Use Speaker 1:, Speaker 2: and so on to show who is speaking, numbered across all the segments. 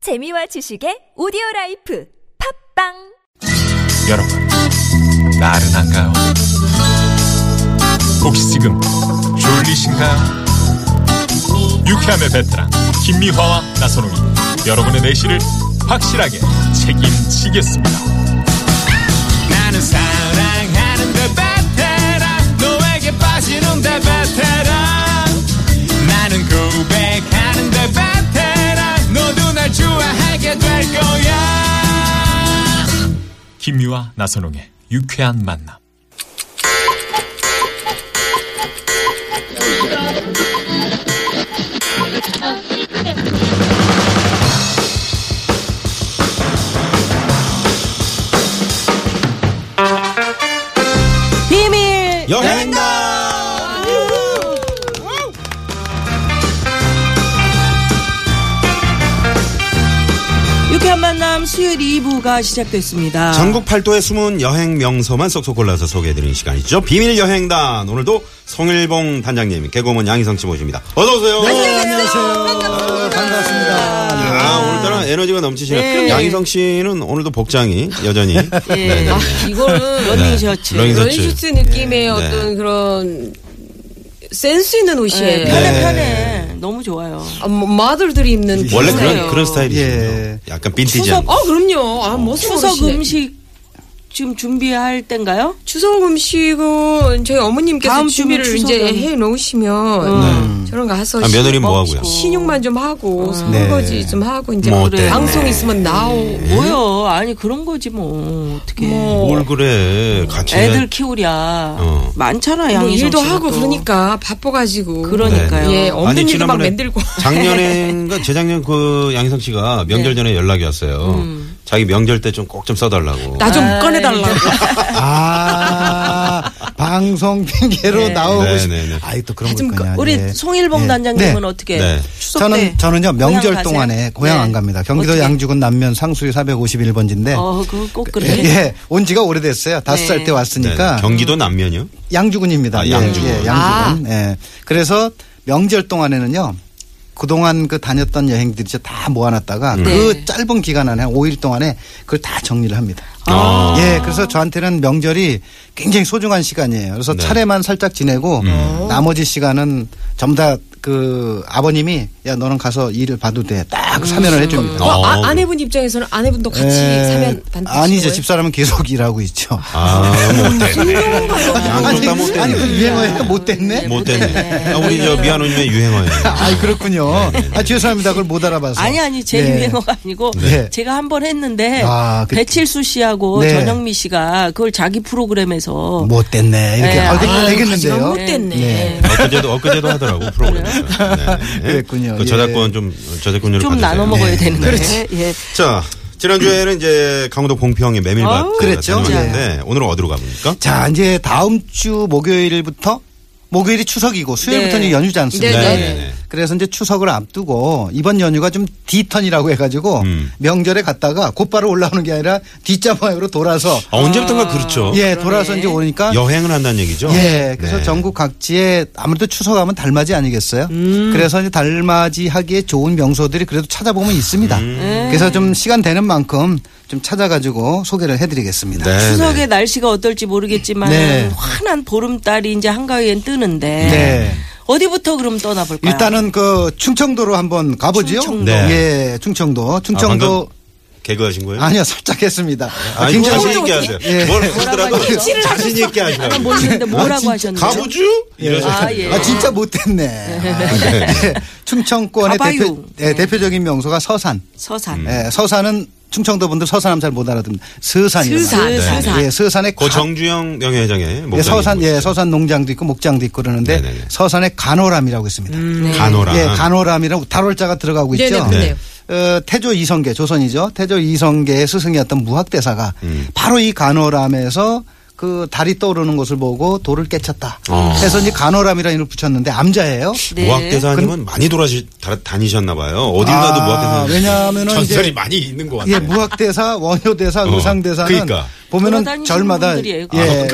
Speaker 1: 재미와 지식의 오디오 라이프 팝빵
Speaker 2: 여러분, 나른한가요? 혹시 지금 졸리신가요? 유쾌함의 베테랑 김미화와 나선홍이 여러분의 내실을 확실하게 책임지겠습니다.
Speaker 3: 나는 사랑하는데 베테랑 너에게 빠지는데 베테랑 나는 고백하는데 베테랑 너도 날 좋아하게 될 거야
Speaker 2: 김미화 나선홍의 유쾌한 만남.
Speaker 4: 비밀
Speaker 3: 여행다
Speaker 4: 유쾌한 만남 수요일 2부가 시작됐습니다.
Speaker 5: 전국 팔도의 숨은 여행 명소만 쏙쏙 골라서 소개해드리는 시간이죠. 비밀 여행단 오늘도 송일봉 단장님, 개그우먼 양희성 씨 모십니다. 어서 오세요.
Speaker 4: 안녕하세요. 반갑습니다.
Speaker 5: 아, 오늘따라 에너지가 넘치시네요.
Speaker 4: 네. 그럼요.
Speaker 5: 양희성 씨는 오늘도 복장이 여전히
Speaker 6: 예.
Speaker 5: 네, 네,
Speaker 6: 아,
Speaker 5: 네.
Speaker 6: 이거는
Speaker 4: 러닝 셔츠.
Speaker 5: 러닝 셔츠.
Speaker 6: 러닝슈트 느낌의 어떤
Speaker 5: 네.
Speaker 6: 그런 센스 있는
Speaker 7: 네.
Speaker 6: 옷이에요.
Speaker 4: 예, 편해 편해. 너무 좋아요.
Speaker 6: 아, 뭐, 마들들이 입는
Speaker 5: 원래
Speaker 6: 비슷해요.
Speaker 5: 그런 그런 스타일이시군요.
Speaker 3: 예.
Speaker 5: 약간 빈티지한.
Speaker 6: 아 그럼요.
Speaker 5: 어.
Speaker 6: 아, 뭐
Speaker 4: 추석 음식 지금 준비할 땐가요?
Speaker 6: 추석 음식은 저희 어머님께서
Speaker 4: 다음 주면
Speaker 6: 준비를 이제
Speaker 4: 추석은.
Speaker 6: 해 놓으시면 저런 거 가서
Speaker 5: 아, 며느리 뭐
Speaker 6: 시-
Speaker 5: 하고요? 네.
Speaker 6: 신용만 좀
Speaker 4: 어.
Speaker 6: 하고 설거지 좀 하고 이제
Speaker 5: 뭐 네. 어때?
Speaker 6: 방송 있으면 나오.
Speaker 7: 예?
Speaker 4: 뭐요? 아니 그런 거지 뭐 어떻게
Speaker 5: 뭘 그래. 같이.
Speaker 4: 애들
Speaker 5: 해야-
Speaker 4: 키우랴
Speaker 5: 어.
Speaker 4: 많잖아
Speaker 6: 뭐
Speaker 4: 양이
Speaker 6: 일도 하고 그러니까 바빠가지고
Speaker 4: 그러니까요.
Speaker 7: 네.
Speaker 6: 예, 없는
Speaker 5: 아니,
Speaker 6: 일도 막
Speaker 5: 지난번에
Speaker 6: 만들고.
Speaker 5: 작년인가 재작년 그 양희성 씨가 명절 전에 연락이 왔어요. 자기 명절 때 좀 꼭 좀 써달라고.
Speaker 6: 나 좀 꺼내달라고.
Speaker 8: 아 방송 핑계로 나오고
Speaker 5: 네,
Speaker 8: 싶.
Speaker 5: 네, 네.
Speaker 8: 아이 또 그런
Speaker 4: 좀
Speaker 8: 거 있거냐.
Speaker 4: 그러니까. 우리
Speaker 8: 네.
Speaker 4: 송일봉
Speaker 8: 네.
Speaker 4: 단장님은
Speaker 8: 네.
Speaker 4: 어떻게
Speaker 5: 네.
Speaker 4: 추석 때
Speaker 8: 저는 저는요 명절
Speaker 4: 고향 가세요?
Speaker 8: 동안에 고향
Speaker 4: 네.
Speaker 8: 안 갑니다. 경기도
Speaker 4: 어떻게?
Speaker 8: 양주군 남면 상수리 451번지인데
Speaker 4: 어 그거 꼭 그래.
Speaker 8: 예, 온 지가 오래됐어요. 다섯
Speaker 4: 네.
Speaker 8: 살 때 왔으니까
Speaker 5: 네, 네. 경기도 남면이요?
Speaker 8: 양주군입니다.
Speaker 5: 아,
Speaker 8: 예,
Speaker 5: 양주군.
Speaker 8: 예, 양주군. 예. 그래서 명절 동안에는요. 그동안 그 다녔던 여행들이 이제 다 모아놨다가
Speaker 6: 음. 네.
Speaker 8: 그 짧은 기간 안에 한 5일 동안에 그걸 다 정리를 합니다.
Speaker 6: 아.
Speaker 8: 예, 그래서 저한테는 명절이 굉장히 소중한 시간이에요. 그래서
Speaker 5: 네.
Speaker 8: 차례만 살짝 지내고
Speaker 5: 음.
Speaker 8: 나머지 시간은 전부 다 그 아버님이 야 너는 가서 일을 봐도 돼 딱 사면을 해줍니다.
Speaker 6: 어,
Speaker 5: 어.
Speaker 6: 아, 아내분 입장에서는 아내분도 같이
Speaker 5: 네.
Speaker 8: 예,
Speaker 6: 사면 반드시
Speaker 8: 아니죠
Speaker 6: 뭐예요?
Speaker 8: 집사람은 계속 일하고 있죠.
Speaker 5: 아, 못됐네. 양쪽
Speaker 8: 아니,
Speaker 5: 다 못됐네.
Speaker 8: 아니 그 유행어니까 못됐네.
Speaker 5: 못됐네. 아, 우리 저 미아노님의 유행어예요.
Speaker 8: 아 그렇군요. 아 죄송합니다. 그걸 못 알아봐서.
Speaker 4: 아니 아니 제
Speaker 8: 네.
Speaker 4: 유행어가 아니고
Speaker 8: 네.
Speaker 4: 제가 한 번 했는데
Speaker 8: 아, 그-
Speaker 4: 배칠수 씨하고
Speaker 8: 네. 뭐
Speaker 4: 전영미 씨가 그걸 자기 프로그램에서
Speaker 8: 못 됐네. 이렇게
Speaker 4: 네,
Speaker 8: 아, 그-
Speaker 4: 아유,
Speaker 8: 되겠는데요.
Speaker 6: 못 됐네.
Speaker 8: 네.
Speaker 5: 엊그제도, 엊그제도 하더라고, 프로그램에서. 네.
Speaker 8: 그랬군요.
Speaker 5: 그 저작권 좀, 저작권료를
Speaker 4: 좀
Speaker 5: 받으세요.
Speaker 4: 나눠 먹어야
Speaker 8: 네.
Speaker 4: 되는데
Speaker 8: 그렇지.
Speaker 4: 예.
Speaker 5: 자, 지난주에는 이제 강원도 봉평의 메밀밭. 네,
Speaker 4: 아우,
Speaker 8: 그랬죠.
Speaker 5: 다녀왔는데 오늘은 어디로 가봅니까? 아,
Speaker 8: 자 이제 다음 주 목요일부터 목요일이 추석이고 수요일부터
Speaker 4: 네.
Speaker 8: 는 연휴지 않습니까?
Speaker 6: 네,
Speaker 5: 네, 네.
Speaker 8: 그래서 이제 추석을 앞두고 이번 연휴가 좀 뒤턴이라고 해가지고
Speaker 5: 음.
Speaker 8: 명절에 갔다가 곧바로 올라오는 게 아니라 뒷자 모양으로 돌아서
Speaker 5: 아, 언제부턴가 그렇죠.
Speaker 8: 예 돌아서 이제 오니까
Speaker 5: 여행을 한다는 얘기죠.
Speaker 8: 예, 그래서
Speaker 5: 네.
Speaker 8: 전국 각지에 아무래도 추석하면 달맞이 아니겠어요?
Speaker 4: 음.
Speaker 8: 그래서 이제 달맞이 하기에 좋은 명소들이 그래도 찾아보면 있습니다.
Speaker 5: 음.
Speaker 4: 네.
Speaker 8: 그래서 좀 시간 되는 만큼 좀 찾아가지고 소개를 해드리겠습니다.
Speaker 5: 네,
Speaker 4: 추석에
Speaker 5: 네.
Speaker 4: 날씨가 어떨지 모르겠지만
Speaker 8: 네.
Speaker 4: 환한 보름달이 이제 한가위엔 뜨는데
Speaker 8: 네.
Speaker 4: 어디부터 그럼 떠나볼까요?
Speaker 8: 일단은 그 충청도로 한번 가보지요.
Speaker 4: 충청도.
Speaker 5: 네.
Speaker 8: 예, 충청도.
Speaker 5: 아,
Speaker 8: 충청도
Speaker 5: 방금 개그하신 거예요?
Speaker 8: 아, 니요 살짝 했습니다.
Speaker 5: 아, 이거
Speaker 8: 김정은
Speaker 5: 자신 있게 하세요.
Speaker 8: 예.
Speaker 5: 뭘 하시더라도 자신 있게
Speaker 4: 아까
Speaker 5: 하시라고.
Speaker 4: 모르는데
Speaker 8: 아,
Speaker 4: 뭐라고
Speaker 8: 진짜
Speaker 4: 하셨는지
Speaker 5: 가보죠? 이러셔서.
Speaker 4: 아, 예.
Speaker 8: 아 진짜 못됐네. 예. 충청권의
Speaker 4: 가봐요. 네.
Speaker 8: 대표, 예, 대표적인 명소가 서산.
Speaker 4: 서산
Speaker 5: 음.
Speaker 8: 예, 서산은 충청도 분들 서산하면 잘 못 알아듣는데 서산이요.
Speaker 6: 서산, 네. 서산.
Speaker 8: 예, 서산의
Speaker 5: 고
Speaker 8: 가-
Speaker 5: 그 정주영 명예회장의 목장.
Speaker 8: 예, 서산 예, 서산 농장도 있고 목장도 있고 그러는데
Speaker 5: 네네네. 네.
Speaker 8: 서산의 간호람이라고 있습니다.
Speaker 5: 간호랑.
Speaker 8: 예, 간호람이라고 달월자가 들어가고
Speaker 6: 음, 네. 네네,
Speaker 8: 있죠.
Speaker 6: 그러네요.
Speaker 8: 어, 태조 이성계 조선이죠. 태조 이성계의 스승이었던 무학대사가
Speaker 5: 음.
Speaker 8: 바로 이 간호람에서 그 달이 떠오르는 것을 보고 돌을 깨쳤다.
Speaker 5: 어.
Speaker 8: 해서 이제 간호람이라는 이름을 붙였는데 암자예요.
Speaker 4: 네.
Speaker 5: 무학대사님은 많이 돌아시 다, 다니셨나봐요. 어딜 가도
Speaker 8: 아,
Speaker 5: 무학대사.
Speaker 8: 왜냐하면은
Speaker 5: 전설이
Speaker 8: 이제-
Speaker 5: 많이 있는 것 같아요.
Speaker 8: 예, 무학대사, 원효대사,
Speaker 5: 어,
Speaker 8: 의상대사는
Speaker 5: 그러니까.
Speaker 8: 보면은
Speaker 4: 돌아다니시는
Speaker 8: 절마다
Speaker 4: 분들이에요,
Speaker 8: 예, 그래서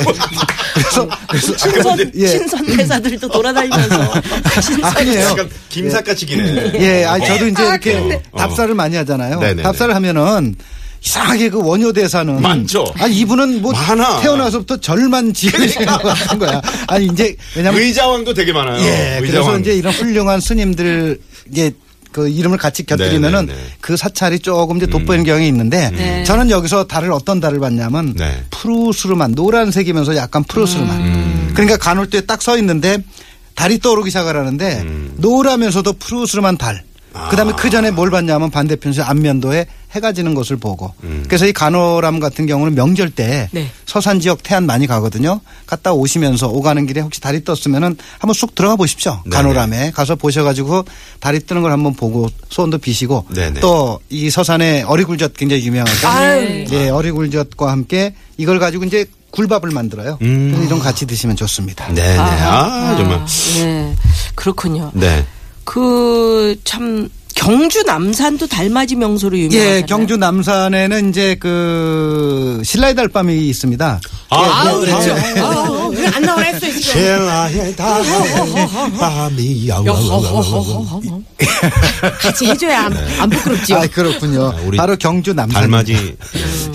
Speaker 8: 그래서
Speaker 5: 아까
Speaker 4: 신선
Speaker 5: 근데-
Speaker 8: 예.
Speaker 4: 신선 대사들도 돌아다니면서 신선
Speaker 8: 아니에요.
Speaker 5: 약간 김사까치기네.
Speaker 8: 예, 아 저도 이제
Speaker 5: 어.
Speaker 8: 이렇게
Speaker 5: 어.
Speaker 8: 답사를 많이 하잖아요.
Speaker 5: 네네네.
Speaker 8: 답사를 하면은 이상하게 그 원효 대사는
Speaker 5: 많죠.
Speaker 8: 아 이분은 뭐
Speaker 5: 많아. 그러니까.
Speaker 8: 태어나서부터 절만 지으신 것 같은 거야. 아니 이제 왜냐면
Speaker 5: 의자왕도 되게 많아요. 뭐
Speaker 8: 예, 그래서
Speaker 5: 의자왕.
Speaker 8: 이제 이런 훌륭한 스님들 이제 그 이름을 같이 곁들이면은
Speaker 5: 네, 음. 네, 네.
Speaker 8: 그 사찰이 조금 이제 돋보이는 경향이 있는데 저는 여기서 달을 어떤 달을 봤냐면
Speaker 5: 네.
Speaker 8: 푸르스름한 노란색이면서 약간 푸르스름한
Speaker 5: 음.
Speaker 8: 그러니까 간월도에 딱 서 있는데 달이 떠오르기 시작을 하는데
Speaker 5: 음.
Speaker 8: 노라면서도 푸르스름한 달
Speaker 5: 아.
Speaker 8: 그다음에 그 전에 뭘 봤냐면 반대편에서 안면도에 해가 지는 것을 보고
Speaker 5: 음.
Speaker 8: 그래서 이 간호람 같은 경우는 명절 때
Speaker 6: 네.
Speaker 8: 서산 지역 태안 많이 가거든요. 갔다 오시면서 오가는 길에 혹시 달이 떴으면은 한번 쑥 들어가 보십시오.
Speaker 5: 네네.
Speaker 8: 간호람에 가서 보셔가지고 달이 뜨는 걸 한번 보고 소원도 비시고
Speaker 5: 네네.
Speaker 8: 또 이 서산의 어리굴젓 굉장히 유명하죠.
Speaker 6: 아유.
Speaker 8: 예, 어리굴젓과 함께 이걸 가지고 이제 굴밥을 만들어요. 그래서 이런 거 같이 드시면 좋습니다.
Speaker 5: 음. 네네. 아, 정말.
Speaker 4: 네 그렇군요.
Speaker 5: 네.
Speaker 4: 그 참 경주 남산도 달맞이 명소로 유명하잖아요.
Speaker 8: 예, 경주 남산에는 이제 그 신라의 달밤이 있습니다. 예,
Speaker 5: 네,
Speaker 6: 아,
Speaker 8: 뭐,
Speaker 6: 그렇죠. 아, 왜 안 나오라 했어요, 지금.
Speaker 5: 신라의 예,
Speaker 8: 예.
Speaker 5: 밤이
Speaker 6: 어, 여호호호호호. 어. 같이 해줘야 안,
Speaker 5: 네.
Speaker 6: 안 부끄럽지요.
Speaker 8: 아, 그렇군요.
Speaker 5: 우리
Speaker 8: 바로 경주 남산.
Speaker 5: 달맞이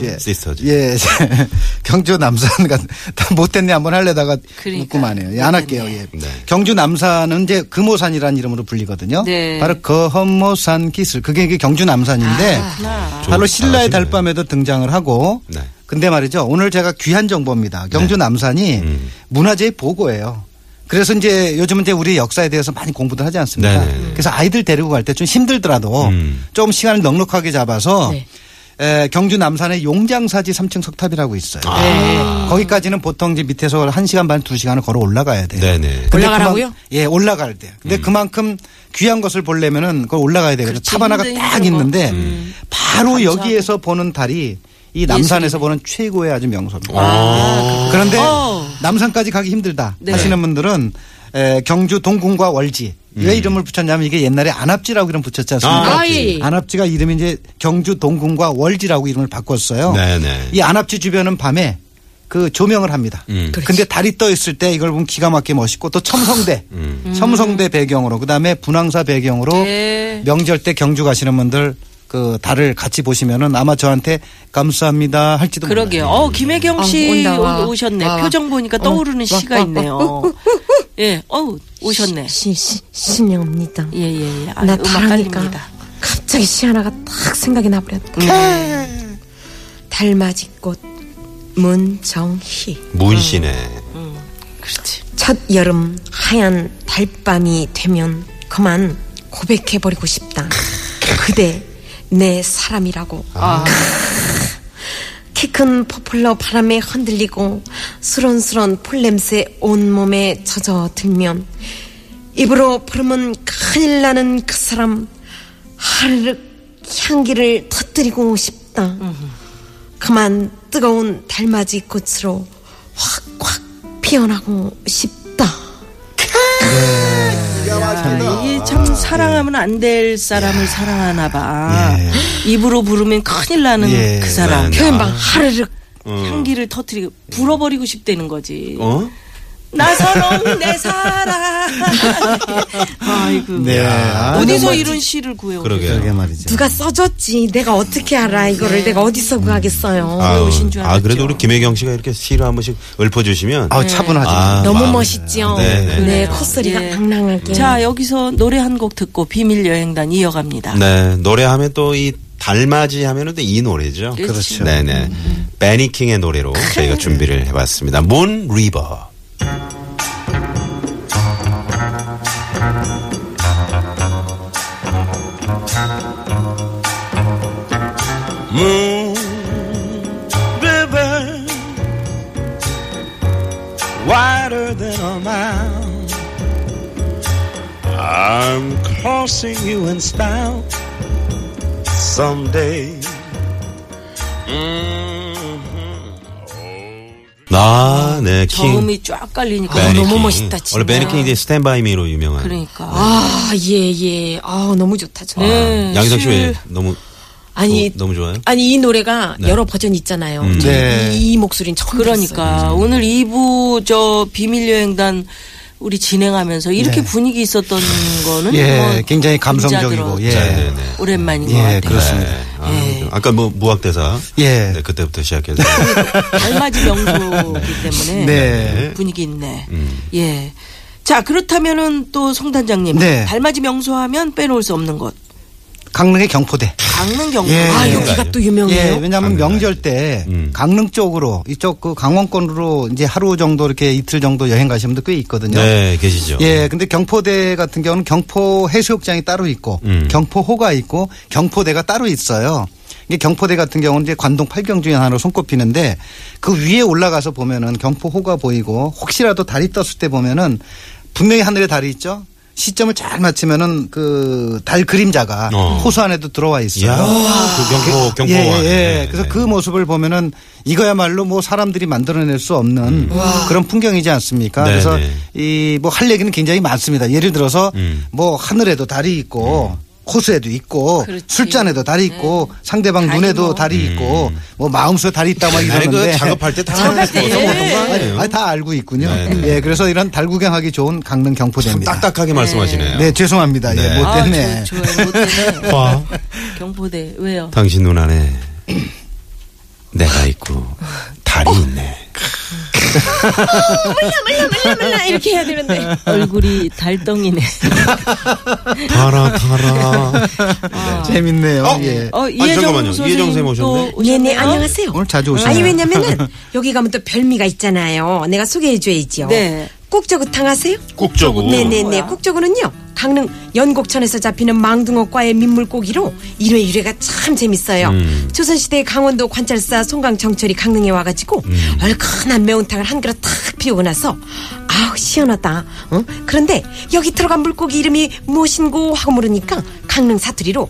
Speaker 8: 예.
Speaker 5: 시스터즈.
Speaker 8: 예, 경주 남산 같은 다 못했네 한번 하려다가
Speaker 4: 그러니까.
Speaker 8: 묻고 마네요. 예, 안 할게요. 예.
Speaker 5: 네.
Speaker 8: 경주 남산은 이제 금호산이라는 이름으로 불리거든요.
Speaker 4: 네.
Speaker 8: 바로 거험모산 기슬 그게 이게 경주
Speaker 4: 아,
Speaker 8: 남산인데 바로
Speaker 5: 잘하시네.
Speaker 8: 신라의 달밤에도 등장을 하고.
Speaker 5: 네.
Speaker 8: 근데 말이죠. 오늘 제가 귀한 정보입니다. 경주 남산이
Speaker 5: 음.
Speaker 8: 문화재의 보고예요. 그래서 이제 요즘은 이제 우리 역사에 대해서 많이 공부들 하지 않습니까?
Speaker 5: 네네네.
Speaker 8: 그래서 아이들 데리고 갈 때 좀 힘들더라도
Speaker 5: 음.
Speaker 8: 조금 시간을 넉넉하게 잡아서
Speaker 6: 네.
Speaker 8: 에, 경주 남산에 용장사지 3층 석탑이라고 있어요. 거기까지는 보통 이제 밑에서 1시간 반, 2시간을 걸어 올라가야 돼요.
Speaker 5: 네네.
Speaker 8: 근데
Speaker 6: 올라가라고요?
Speaker 8: 그만- 예, 올라갈 때. 근데 그만큼 귀한 것을 보려면은 그걸 올라가야 되거든요.
Speaker 4: 그렇지,
Speaker 8: 탑 하나가
Speaker 4: 힘든
Speaker 8: 딱
Speaker 4: 힘든
Speaker 8: 있는데
Speaker 4: 거.
Speaker 8: 바로 여기에서 보는 달이 이 남산에서 보는 최고의 아주 명소입니다. 그런데
Speaker 4: 어.
Speaker 8: 남산까지 가기 힘들다
Speaker 4: 네.
Speaker 8: 하시는 분들은 에, 경주 동궁과 월지 왜 이름을 붙였냐면 이게 옛날에 안압지라고 이름 붙였지 않습니까?
Speaker 5: 아,
Speaker 6: 아, 예.
Speaker 8: 안압지가 이름이 이제 경주 동궁과 월지라고 이름을 바꿨어요.
Speaker 5: 네네.
Speaker 8: 이 안압지 주변은 밤에 그 조명을 합니다.
Speaker 5: 음.
Speaker 8: 근데 달이 떠 있을 때 이걸 보면 기가 막히게 멋있고 또 첨성대,
Speaker 5: 음.
Speaker 8: 첨성대 배경으로 그다음에 분황사 배경으로
Speaker 4: 네.
Speaker 8: 명절 때 경주 가시는 분들 그 달을 같이 보시면은 아마 저한테 감사합니다 할지도
Speaker 4: 그러게요.
Speaker 8: 몰라요.
Speaker 4: 어, 김혜경
Speaker 6: 아,
Speaker 4: 씨
Speaker 6: 온다, 와.
Speaker 4: 오- 오셨네.
Speaker 6: 와.
Speaker 4: 표정 보니까 떠오르는
Speaker 6: 와,
Speaker 4: 시가
Speaker 6: 와,
Speaker 4: 있네요. 예, 어우, 오셨네.
Speaker 7: 시, 시, 신영입니다.
Speaker 4: 예, 예, 예. 아,
Speaker 7: 나
Speaker 4: 음악
Speaker 7: 다르니까
Speaker 4: 깔립니다.
Speaker 7: 갑자기 시 하나가 딱 생각이 나버렸다.
Speaker 6: 음.
Speaker 7: 달맞이꽃 문정희
Speaker 5: 문신에.
Speaker 4: 그렇지.
Speaker 7: 첫 여름 하얀 달밤이 되면 그만 고백해버리고 싶다. 그대 내 사람이라고. 키 큰 포폴러 바람에 흔들리고 수런수런 풀냄새 온몸에 젖어들면 입으로 부르면 큰일 나는 그 사람 하르륵 향기를 터뜨리고 싶다. 그만 뜨거운 달맞이 꽃으로 확확 피어나고 싶다.
Speaker 4: 아, 이게 참
Speaker 5: 예.
Speaker 4: 사랑하면 안 될 사람을 사랑하나 봐. 입으로 부르면 큰일 나는
Speaker 8: 예,
Speaker 4: 그 사람.
Speaker 5: 예. 네,
Speaker 7: 표현방 하르륵
Speaker 4: 향기를 터뜨리고 불어버리고 싶다는 거지.
Speaker 5: 어?
Speaker 4: 나선홍 내 사랑. 아이고.
Speaker 8: 네. 아,
Speaker 4: 어디서 이런 시를 구해오셨
Speaker 5: 그러게요.
Speaker 8: 그러게 말이죠.
Speaker 7: 누가 써줬지. 내가 어떻게 알아 이거를 내가 어디서 구하겠어요.
Speaker 5: 아유,
Speaker 4: 오신 줄
Speaker 5: 아,
Speaker 4: 알았죠.
Speaker 5: 그래도 우리 김혜경 씨가 이렇게 시를 한 번씩 읊어주시면.
Speaker 8: 아 차분하죠.
Speaker 5: 아,
Speaker 7: 너무
Speaker 5: 마음-
Speaker 7: 멋있지요.
Speaker 5: 네, 네.
Speaker 7: 네, 콧소리가
Speaker 4: 예.
Speaker 7: 강랑하게.
Speaker 4: 자, 여기서 노래 한 곡 듣고 비밀 여행단 이어갑니다.
Speaker 5: 네. 노래하면 또 이 달맞이 하면은 또 이 노래죠.
Speaker 4: 그렇죠.
Speaker 5: 네네. 베니킹의 노래로 저희가 준비를 해봤습니다. 문 리버.
Speaker 3: Moon River, wider than a mile. I'm crossing you in style someday.
Speaker 5: 아, 네. 킹.
Speaker 4: 저음이 쫙 깔리니까
Speaker 8: 네.
Speaker 5: 베니킹.
Speaker 7: 너무 멋있다, 진짜.
Speaker 5: 원래 베니킹이 이제 스탠바이미로 유명한.
Speaker 4: 그러니까.
Speaker 7: 아, 예, 예. 아, 너무 좋다, 저.
Speaker 5: 양희석 씨왜 너무
Speaker 6: 아니
Speaker 5: 너- 너무 좋아요?
Speaker 6: 아니 이 노래가
Speaker 5: 네.
Speaker 6: 여러 버전 있잖아요.
Speaker 5: 음.
Speaker 6: 저는
Speaker 8: 네.
Speaker 6: 이, 이 목소리는 처음 들었어요.
Speaker 4: 그러니까 오늘 2부 저 비밀 여행단 우리 진행하면서 이렇게 분위기 있었던 거는
Speaker 8: 네. 예,
Speaker 4: 뭐
Speaker 8: 굉장히 감성적이고, 예.
Speaker 4: 진짜
Speaker 5: 네, 네.
Speaker 4: 오랜만인 것
Speaker 8: 예,
Speaker 4: 같아요.
Speaker 8: 그렇습니다.
Speaker 5: 아, 좀 아까 뭐 무학대사.
Speaker 8: 예.
Speaker 5: 네, 그때부터 시작해서.
Speaker 4: 알맞이 네. 명소이기 때문에
Speaker 8: 네. 음.
Speaker 4: 분위기 있네. 예. 자 그렇다면은 또 성단장님
Speaker 8: 네.
Speaker 4: 달맞이 명소하면 빼놓을 수 없는 곳
Speaker 8: 강릉의 경포대.
Speaker 4: 강릉 경포.
Speaker 8: 예.
Speaker 6: 아
Speaker 8: 네.
Speaker 6: 여기가 또
Speaker 8: 예,
Speaker 6: 유명해요.
Speaker 7: 네.
Speaker 8: 왜냐하면 명절 때
Speaker 5: 음.
Speaker 8: 강릉 쪽으로 이쪽 그 강원권으로 이제 하루 정도 이렇게 이틀 정도 여행 가시는 분들 꽤 있거든요.
Speaker 5: 네, 계시죠.
Speaker 8: 예, 근데 경포대 같은 경우는 경포 해수욕장이 따로 있고
Speaker 5: 음.
Speaker 8: 경포호가 있고 경포대가 따로 있어요. 이게 경포대 같은 경우는 이제 관동 팔경 중에 하나로 손꼽히는데 그 위에 올라가서 보면은 경포호가 보이고 혹시라도 달이 떴을 때 보면은 분명히 하늘에 달이 있죠. 시점을 잘 맞추면은 그 달 그림자가
Speaker 5: 어.
Speaker 8: 호수 안에도 들어와 있어요.
Speaker 5: 이야, 그 경포, 경포.
Speaker 8: 예,
Speaker 5: 안에.
Speaker 8: 예,
Speaker 5: 네,
Speaker 8: 그래서
Speaker 5: 네.
Speaker 8: 그 모습을 보면은 이거야말로 뭐 사람들이 만들어낼 수 없는 그런 풍경이지 않습니까?
Speaker 5: 음. 네,
Speaker 8: 그래서
Speaker 5: 네.
Speaker 8: 이 뭐 할 얘기는 굉장히 많습니다. 예를 들어서
Speaker 5: 음.
Speaker 8: 뭐 하늘에도 달이 있고 호수에도 있고
Speaker 4: 그렇지. 음.
Speaker 8: 술잔에도 달이 있고 상대방
Speaker 4: 달이
Speaker 8: 눈에도
Speaker 4: 뭐.
Speaker 8: 달이 있고 뭐 마음속에 달이 있다 막
Speaker 5: 옛날에
Speaker 8: 이러는데 네.
Speaker 5: 그 작업할 때다
Speaker 4: 작업할 때, 예.
Speaker 5: 아니에요?
Speaker 8: 아니, 다 알고 있군요.
Speaker 5: 네, 네.
Speaker 8: 예, 그래서 이런 달 구경하기 좋은 강릉
Speaker 5: 참
Speaker 8: 경포대입니다.
Speaker 5: 딱딱하게 말씀하시네요.
Speaker 8: 네, 죄송합니다.
Speaker 5: 네.
Speaker 8: 예, 뭐
Speaker 4: 아,
Speaker 8: 때문에.
Speaker 4: 저, 좋아요. 뭐 때문에.
Speaker 5: 봐.
Speaker 4: 경포대 왜요?
Speaker 5: 당신 눈 안에
Speaker 8: 네.
Speaker 5: 내가 있고 달이 있네.
Speaker 6: 아, 이렇게 해야 되는데.
Speaker 7: 네,
Speaker 4: 얼굴이 달덩이네.
Speaker 5: 달아 달아.
Speaker 8: 재밌네요.
Speaker 5: 어?
Speaker 8: 예.
Speaker 4: 어,
Speaker 5: 아니, 잠깐만요. 이혜정 선생님 오셨네.
Speaker 4: 네네
Speaker 7: 네네 안녕하세요.
Speaker 8: 오늘 자주 오시네요.
Speaker 7: 아니 왜냐면은 여기 가면 또 별미가 있잖아요. 내가 소개해 줘야지요.
Speaker 4: 네.
Speaker 7: 꾹저구탕 아세요?
Speaker 5: 꾹저구.
Speaker 7: 네네네.
Speaker 4: 뭐야?
Speaker 7: 꾹저구는요. 강릉 연곡천에서 잡히는 망둥어과의 민물고기로 일회 유래가 참 재밌어요.
Speaker 5: 음.
Speaker 7: 조선시대 강원도 관찰사 송강정철이 강릉에 와가지고
Speaker 4: 음.
Speaker 7: 얼큰한 매운탕을 한 그릇 탁 비우고 나서 아우 시원하다. 어? 그런데 여기 들어간 물고기 이름이 무엇인고 하고 물으니까 강릉 사투리로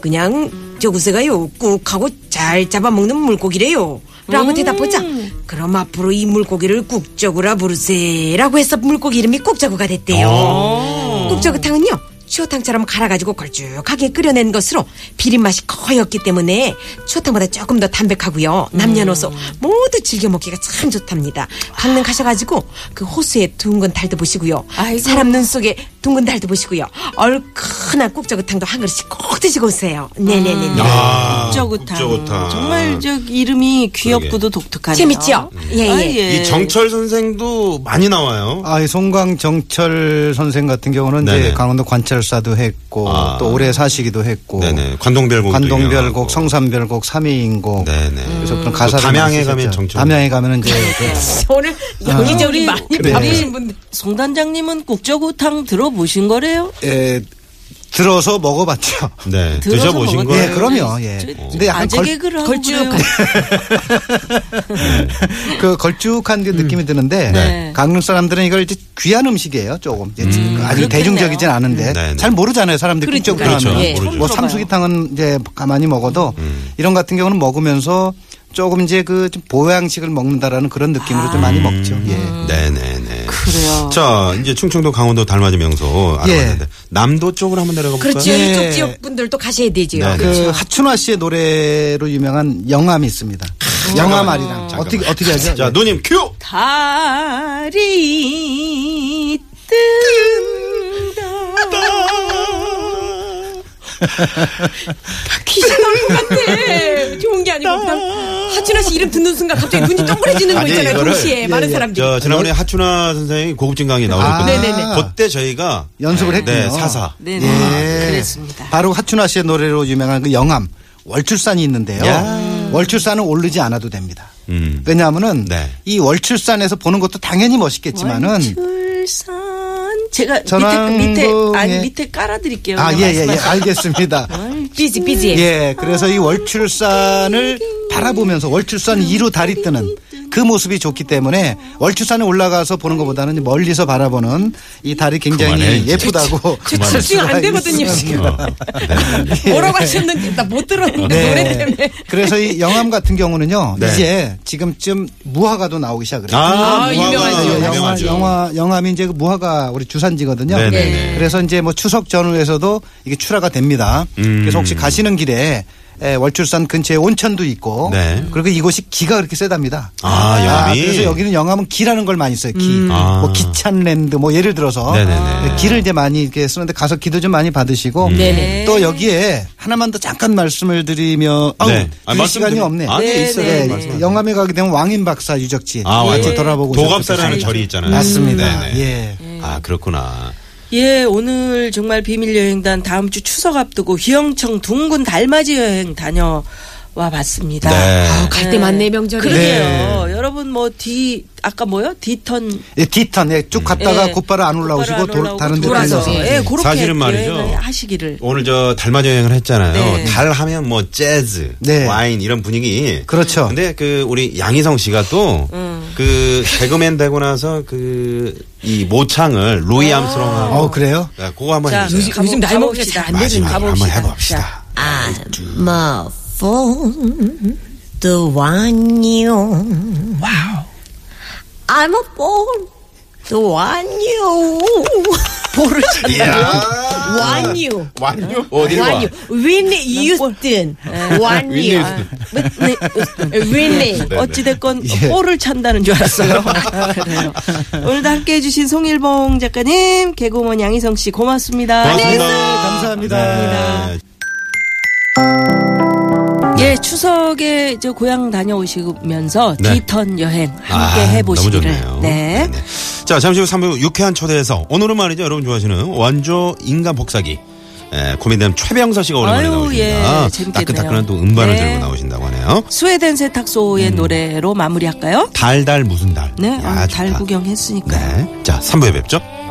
Speaker 7: 그냥 저구세가요 꾹하고 잘 잡아먹는 물고기래요. 라고
Speaker 4: 음.
Speaker 7: 대답하자 그럼 앞으로 이 물고기를 꾹저구라 부르세라고 해서 물고기 이름이 꾹저구가 됐대요 꾹저구탕은요 추어탕처럼 갈아가지고 걸쭉하게 끓여낸 것으로 비린 맛이 거였기 때문에 추어탕보다 조금 더 담백하고요 남녀노소 모두 즐겨 먹기가 참 좋답니다 강릉 가셔가지고 그 호수에 둥근 달도 보시고요
Speaker 4: 아이고.
Speaker 7: 사람 눈 속에 둥근 달도 보시고요 얼큰한 꾹저구탕도 한 그릇씩 꼭 드시고 오세요 네네네 네
Speaker 5: 아, 음.
Speaker 4: 국저구탕.
Speaker 5: 국저구탕.
Speaker 4: 정말 저 이름이 귀엽고도 독특하네요.
Speaker 7: 재밌죠? 예,
Speaker 4: 아,
Speaker 7: 예.
Speaker 5: 아, 예. 이 정철 선생도 많이 나와요.
Speaker 8: 아, 이 송강 정철 선생 같은 경우는
Speaker 5: 네네.
Speaker 8: 이제 강원도 관찰사도 했고
Speaker 5: 아.
Speaker 8: 또 오래 사시기도 했고
Speaker 5: 네네. 관동별곡.
Speaker 8: 관동별곡, 성산별곡, 삼위인곡.
Speaker 5: 네네.
Speaker 4: 음.
Speaker 8: 그래서 그런
Speaker 5: 또
Speaker 8: 가사
Speaker 5: 담양에 가면 정철. 네.
Speaker 8: 담양에 가면 이제
Speaker 7: 오늘 여기저기
Speaker 4: 우리-
Speaker 7: 많이
Speaker 4: 그래.
Speaker 7: 바쁘신 분들
Speaker 4: 송 단장님은 국저구탕 들어보신 거래요?
Speaker 8: 그, 에, 들어서 먹어봤죠.
Speaker 5: 네.
Speaker 4: 들어서
Speaker 5: 드셔보신
Speaker 4: 먹었-
Speaker 5: 거예요?
Speaker 8: 예, 그럼요. 예.
Speaker 4: 저-
Speaker 8: 근데 약간
Speaker 4: 아재
Speaker 8: 걸-
Speaker 4: 개그를 하고
Speaker 7: 걸쭉
Speaker 4: 그래요.
Speaker 8: 그 걸쭉한 게
Speaker 5: 음.
Speaker 8: 느낌이 드는데
Speaker 4: 네.
Speaker 8: 강릉 사람들은 이걸 이제 귀한 음식이에요. 조금 이제 아주
Speaker 4: 그렇겠네요.
Speaker 8: 대중적이긴
Speaker 5: 네,
Speaker 8: 않은데
Speaker 5: 네.
Speaker 8: 잘 모르잖아요. 사람들이
Speaker 4: 그러니까요.
Speaker 8: 국적으로 하면
Speaker 5: 그렇죠. 예, 모르죠. 음.
Speaker 8: 뭐
Speaker 4: 처음
Speaker 8: 삼수기탕은 이제 가만히 먹어도 이런 같은 경우는 먹으면서 조금 이제 그 좀 보양식을 먹는다라는 그런 느낌으로 좀
Speaker 5: 아.
Speaker 8: 많이 먹죠. 예.
Speaker 5: 음. 네네네.
Speaker 4: 그래요.
Speaker 5: 자, 이제 충청도 강원도 달맞이 명소 알아봤는데 남도 쪽으로 한번 내려가 볼까요?
Speaker 7: 그렇죠.
Speaker 8: 예.
Speaker 7: 이쪽 지역 분들도 가셔야 되지요.
Speaker 5: 네, 네.
Speaker 8: 그 하춘화 씨의 노래로 유명한 영암이 있습니다. 영암아리랑 어떻게 어떻게 하죠?
Speaker 5: 자, 누님 큐.
Speaker 4: 달이 뜬다.
Speaker 7: 귀신 나는 것 같아. 좋은 게 아니고 그냥 하진아 씨 이름 듣는 순간 갑자기 눈이 동그래지는 거
Speaker 5: 아니, 네.
Speaker 7: 있잖아요.
Speaker 5: 이거를-
Speaker 7: 동시에
Speaker 8: 예,
Speaker 7: 많은
Speaker 8: 예.
Speaker 7: 사람들이.
Speaker 5: 저 지난번에 하춘아 선생이 고급진 강의
Speaker 8: 아.
Speaker 5: 나오셨거든요.
Speaker 8: 네네네.
Speaker 5: 그때 저희가
Speaker 8: 연습을 했군요.
Speaker 5: 네, 사사.
Speaker 4: 네네.
Speaker 8: 예.
Speaker 4: 그랬습니다.
Speaker 8: 바로 하춘아 씨의 노래로 유명한 그 영암 월출산이 있는데요.
Speaker 5: 야.
Speaker 8: 월출산은 오르지 않아도 됩니다.
Speaker 5: 음.
Speaker 8: 왜냐하면은
Speaker 5: 네.
Speaker 8: 이 월출산에서 보는 것도 당연히 멋있겠지만은
Speaker 4: 출산 제가 밑에 밑에
Speaker 8: 전항동에-
Speaker 4: 아니 밑에 깔아드릴게요.
Speaker 8: 아 예 예 예
Speaker 4: 말씀하세요.
Speaker 8: 알겠습니다.
Speaker 7: 삐지 삐지.
Speaker 8: 예 그래서 이 월출산을 바라보면서 월출산 이로 달이 뜨는 그 모습이 좋기 때문에 월출산에 올라가서 보는 것보다는 멀리서 바라보는 이 달이 굉장히
Speaker 5: 그만해, 이제.
Speaker 8: 예쁘다고
Speaker 7: 저 집중 안 되거든요. 지금.
Speaker 5: 어, 네네네.
Speaker 8: 예.
Speaker 7: 뭐라고 하셨는지 나 못 들었는데
Speaker 8: 네.
Speaker 7: 노래 때문에.
Speaker 8: 그래서 이 영암 같은 경우는요
Speaker 5: 네.
Speaker 8: 이제 지금쯤 무화과도 나오기 시작해요.
Speaker 5: 아,
Speaker 7: 아,
Speaker 5: 무화과,
Speaker 7: 유명하죠.
Speaker 8: 예, 영화,
Speaker 5: 유명하죠.
Speaker 8: 영화, 영암이 이제 그 무화과 우리 주산지거든요. 예.
Speaker 5: 네네네.
Speaker 8: 그래서 이제 뭐 추석 전후에서도 이게 출하가 됩니다.
Speaker 5: 음.
Speaker 8: 그래서 혹시 가시는 길에 에, 월출산 근처에 온천도 있고
Speaker 5: 네.
Speaker 8: 그리고 이곳이 기가 그렇게 세답니다.
Speaker 5: 아, 영암이?
Speaker 8: 그래서 여기는 영암은 기라는 걸 많이 써요. 기.
Speaker 5: 아.
Speaker 8: 뭐 기찬랜드 뭐 예를 들어서
Speaker 5: 네네네. 음.
Speaker 8: 기를 이제 많이 이렇게 쓰는데 가서 기도 좀 많이 받으시고
Speaker 4: 네네.
Speaker 8: 또 여기에 하나만 더 잠깐 말씀을 드리면 아우
Speaker 5: 네. 아,
Speaker 8: 드릴 시간이
Speaker 5: 말씀드리-
Speaker 8: 없네.
Speaker 5: 아니,
Speaker 4: 네,
Speaker 5: 있어요.
Speaker 4: 네,
Speaker 8: 예,
Speaker 5: 말씀하세요.
Speaker 8: 영암에 가게 되면 왕인 박사 유적지 예,
Speaker 5: 아,
Speaker 8: 같이
Speaker 5: 완전
Speaker 8: 돌아보고
Speaker 5: 도갑사라는
Speaker 8: 오셨겠어요.
Speaker 5: 절이 있잖아요.
Speaker 8: 맞습니다.
Speaker 5: 네네.
Speaker 8: 예.
Speaker 5: 아, 그렇구나.
Speaker 4: 예, 오늘 정말 비밀 여행단 다음 주 추석 앞두고 휴영청 둥근 달맞이 여행 다녀와 봤습니다.
Speaker 5: 네.
Speaker 4: 아,
Speaker 7: 갈 때 많네, 명절에.
Speaker 4: 그러게요. 여러분 뭐 뒤 아까 뭐요? 뒤턴
Speaker 8: 예, 뒤턴 예, 쭉 갔다가
Speaker 4: 예.
Speaker 8: 곧바로 안 올라오시고
Speaker 4: 곧바로 안
Speaker 8: 돌-
Speaker 4: 올라오고
Speaker 8: 다른 데
Speaker 4: 돌아서.
Speaker 8: 돌려서
Speaker 4: 예, 그렇게
Speaker 5: 사실은 말이죠.
Speaker 4: 여행을 하시기를.
Speaker 5: 오늘 저 달맞이 여행을 했잖아요.
Speaker 4: 네.
Speaker 5: 달 하면 뭐 재즈,
Speaker 8: 네.
Speaker 5: 와인 이런 분위기.
Speaker 8: 그렇죠.
Speaker 5: 근데 그 우리 양희성 씨가 또
Speaker 4: 음.
Speaker 5: 그 개그맨 되고 나서 그 이 모창을 루이 암스롱하고
Speaker 8: 어 그래요?
Speaker 5: 네, 그거 한번
Speaker 4: 아. 자,
Speaker 5: 해주세요.
Speaker 4: 요즘 날 먹기 잘안 되는
Speaker 5: 마지막에 한번 해봅시다.
Speaker 9: I'm a fool, the one you. Wow. I'm a fool, the one you. one you.
Speaker 5: 완료.
Speaker 9: One
Speaker 5: 어디로 와?
Speaker 9: you. Winnie Houston. One
Speaker 5: 윈니
Speaker 9: you.
Speaker 5: 휴스턴.
Speaker 9: Winnie.
Speaker 5: 네.
Speaker 4: 네. 어찌됐건
Speaker 8: 예.
Speaker 4: 볼을 찬다는 줄 알았어요. 그래요. 오늘도 함께 해주신 송일봉 작가님, 개그우먼 양희성 씨 고맙습니다. 네.
Speaker 8: 감사합니다.
Speaker 5: 네.
Speaker 4: 예, 추석에 저 고향 다녀오시면서
Speaker 5: 네.
Speaker 4: 디턴 여행 함께
Speaker 5: 아,
Speaker 4: 해보시기를.
Speaker 5: 너무 좋네요.
Speaker 4: 네.
Speaker 5: 네네. 자, 잠시 후 3부 유쾌한 초대에서 오늘은 말이죠. 여러분 좋아하시는 원조 인간 복사기. 에, 코미디언 최병서 씨가 오랜만에
Speaker 4: 아유,
Speaker 5: 나오십니다.
Speaker 4: 예, 재밌겠네요.
Speaker 5: 따끈따끈한 또 음반을
Speaker 4: 네.
Speaker 5: 들고 나오신다고 하네요.
Speaker 4: 스웨덴 세탁소의
Speaker 5: 음.
Speaker 4: 노래로 마무리할까요?
Speaker 5: 달달 무슨 달.
Speaker 4: 네,
Speaker 5: 야,
Speaker 4: 아, 달
Speaker 5: 좋다.
Speaker 4: 구경했으니까.
Speaker 5: 네. 자, 3부에 뵙죠.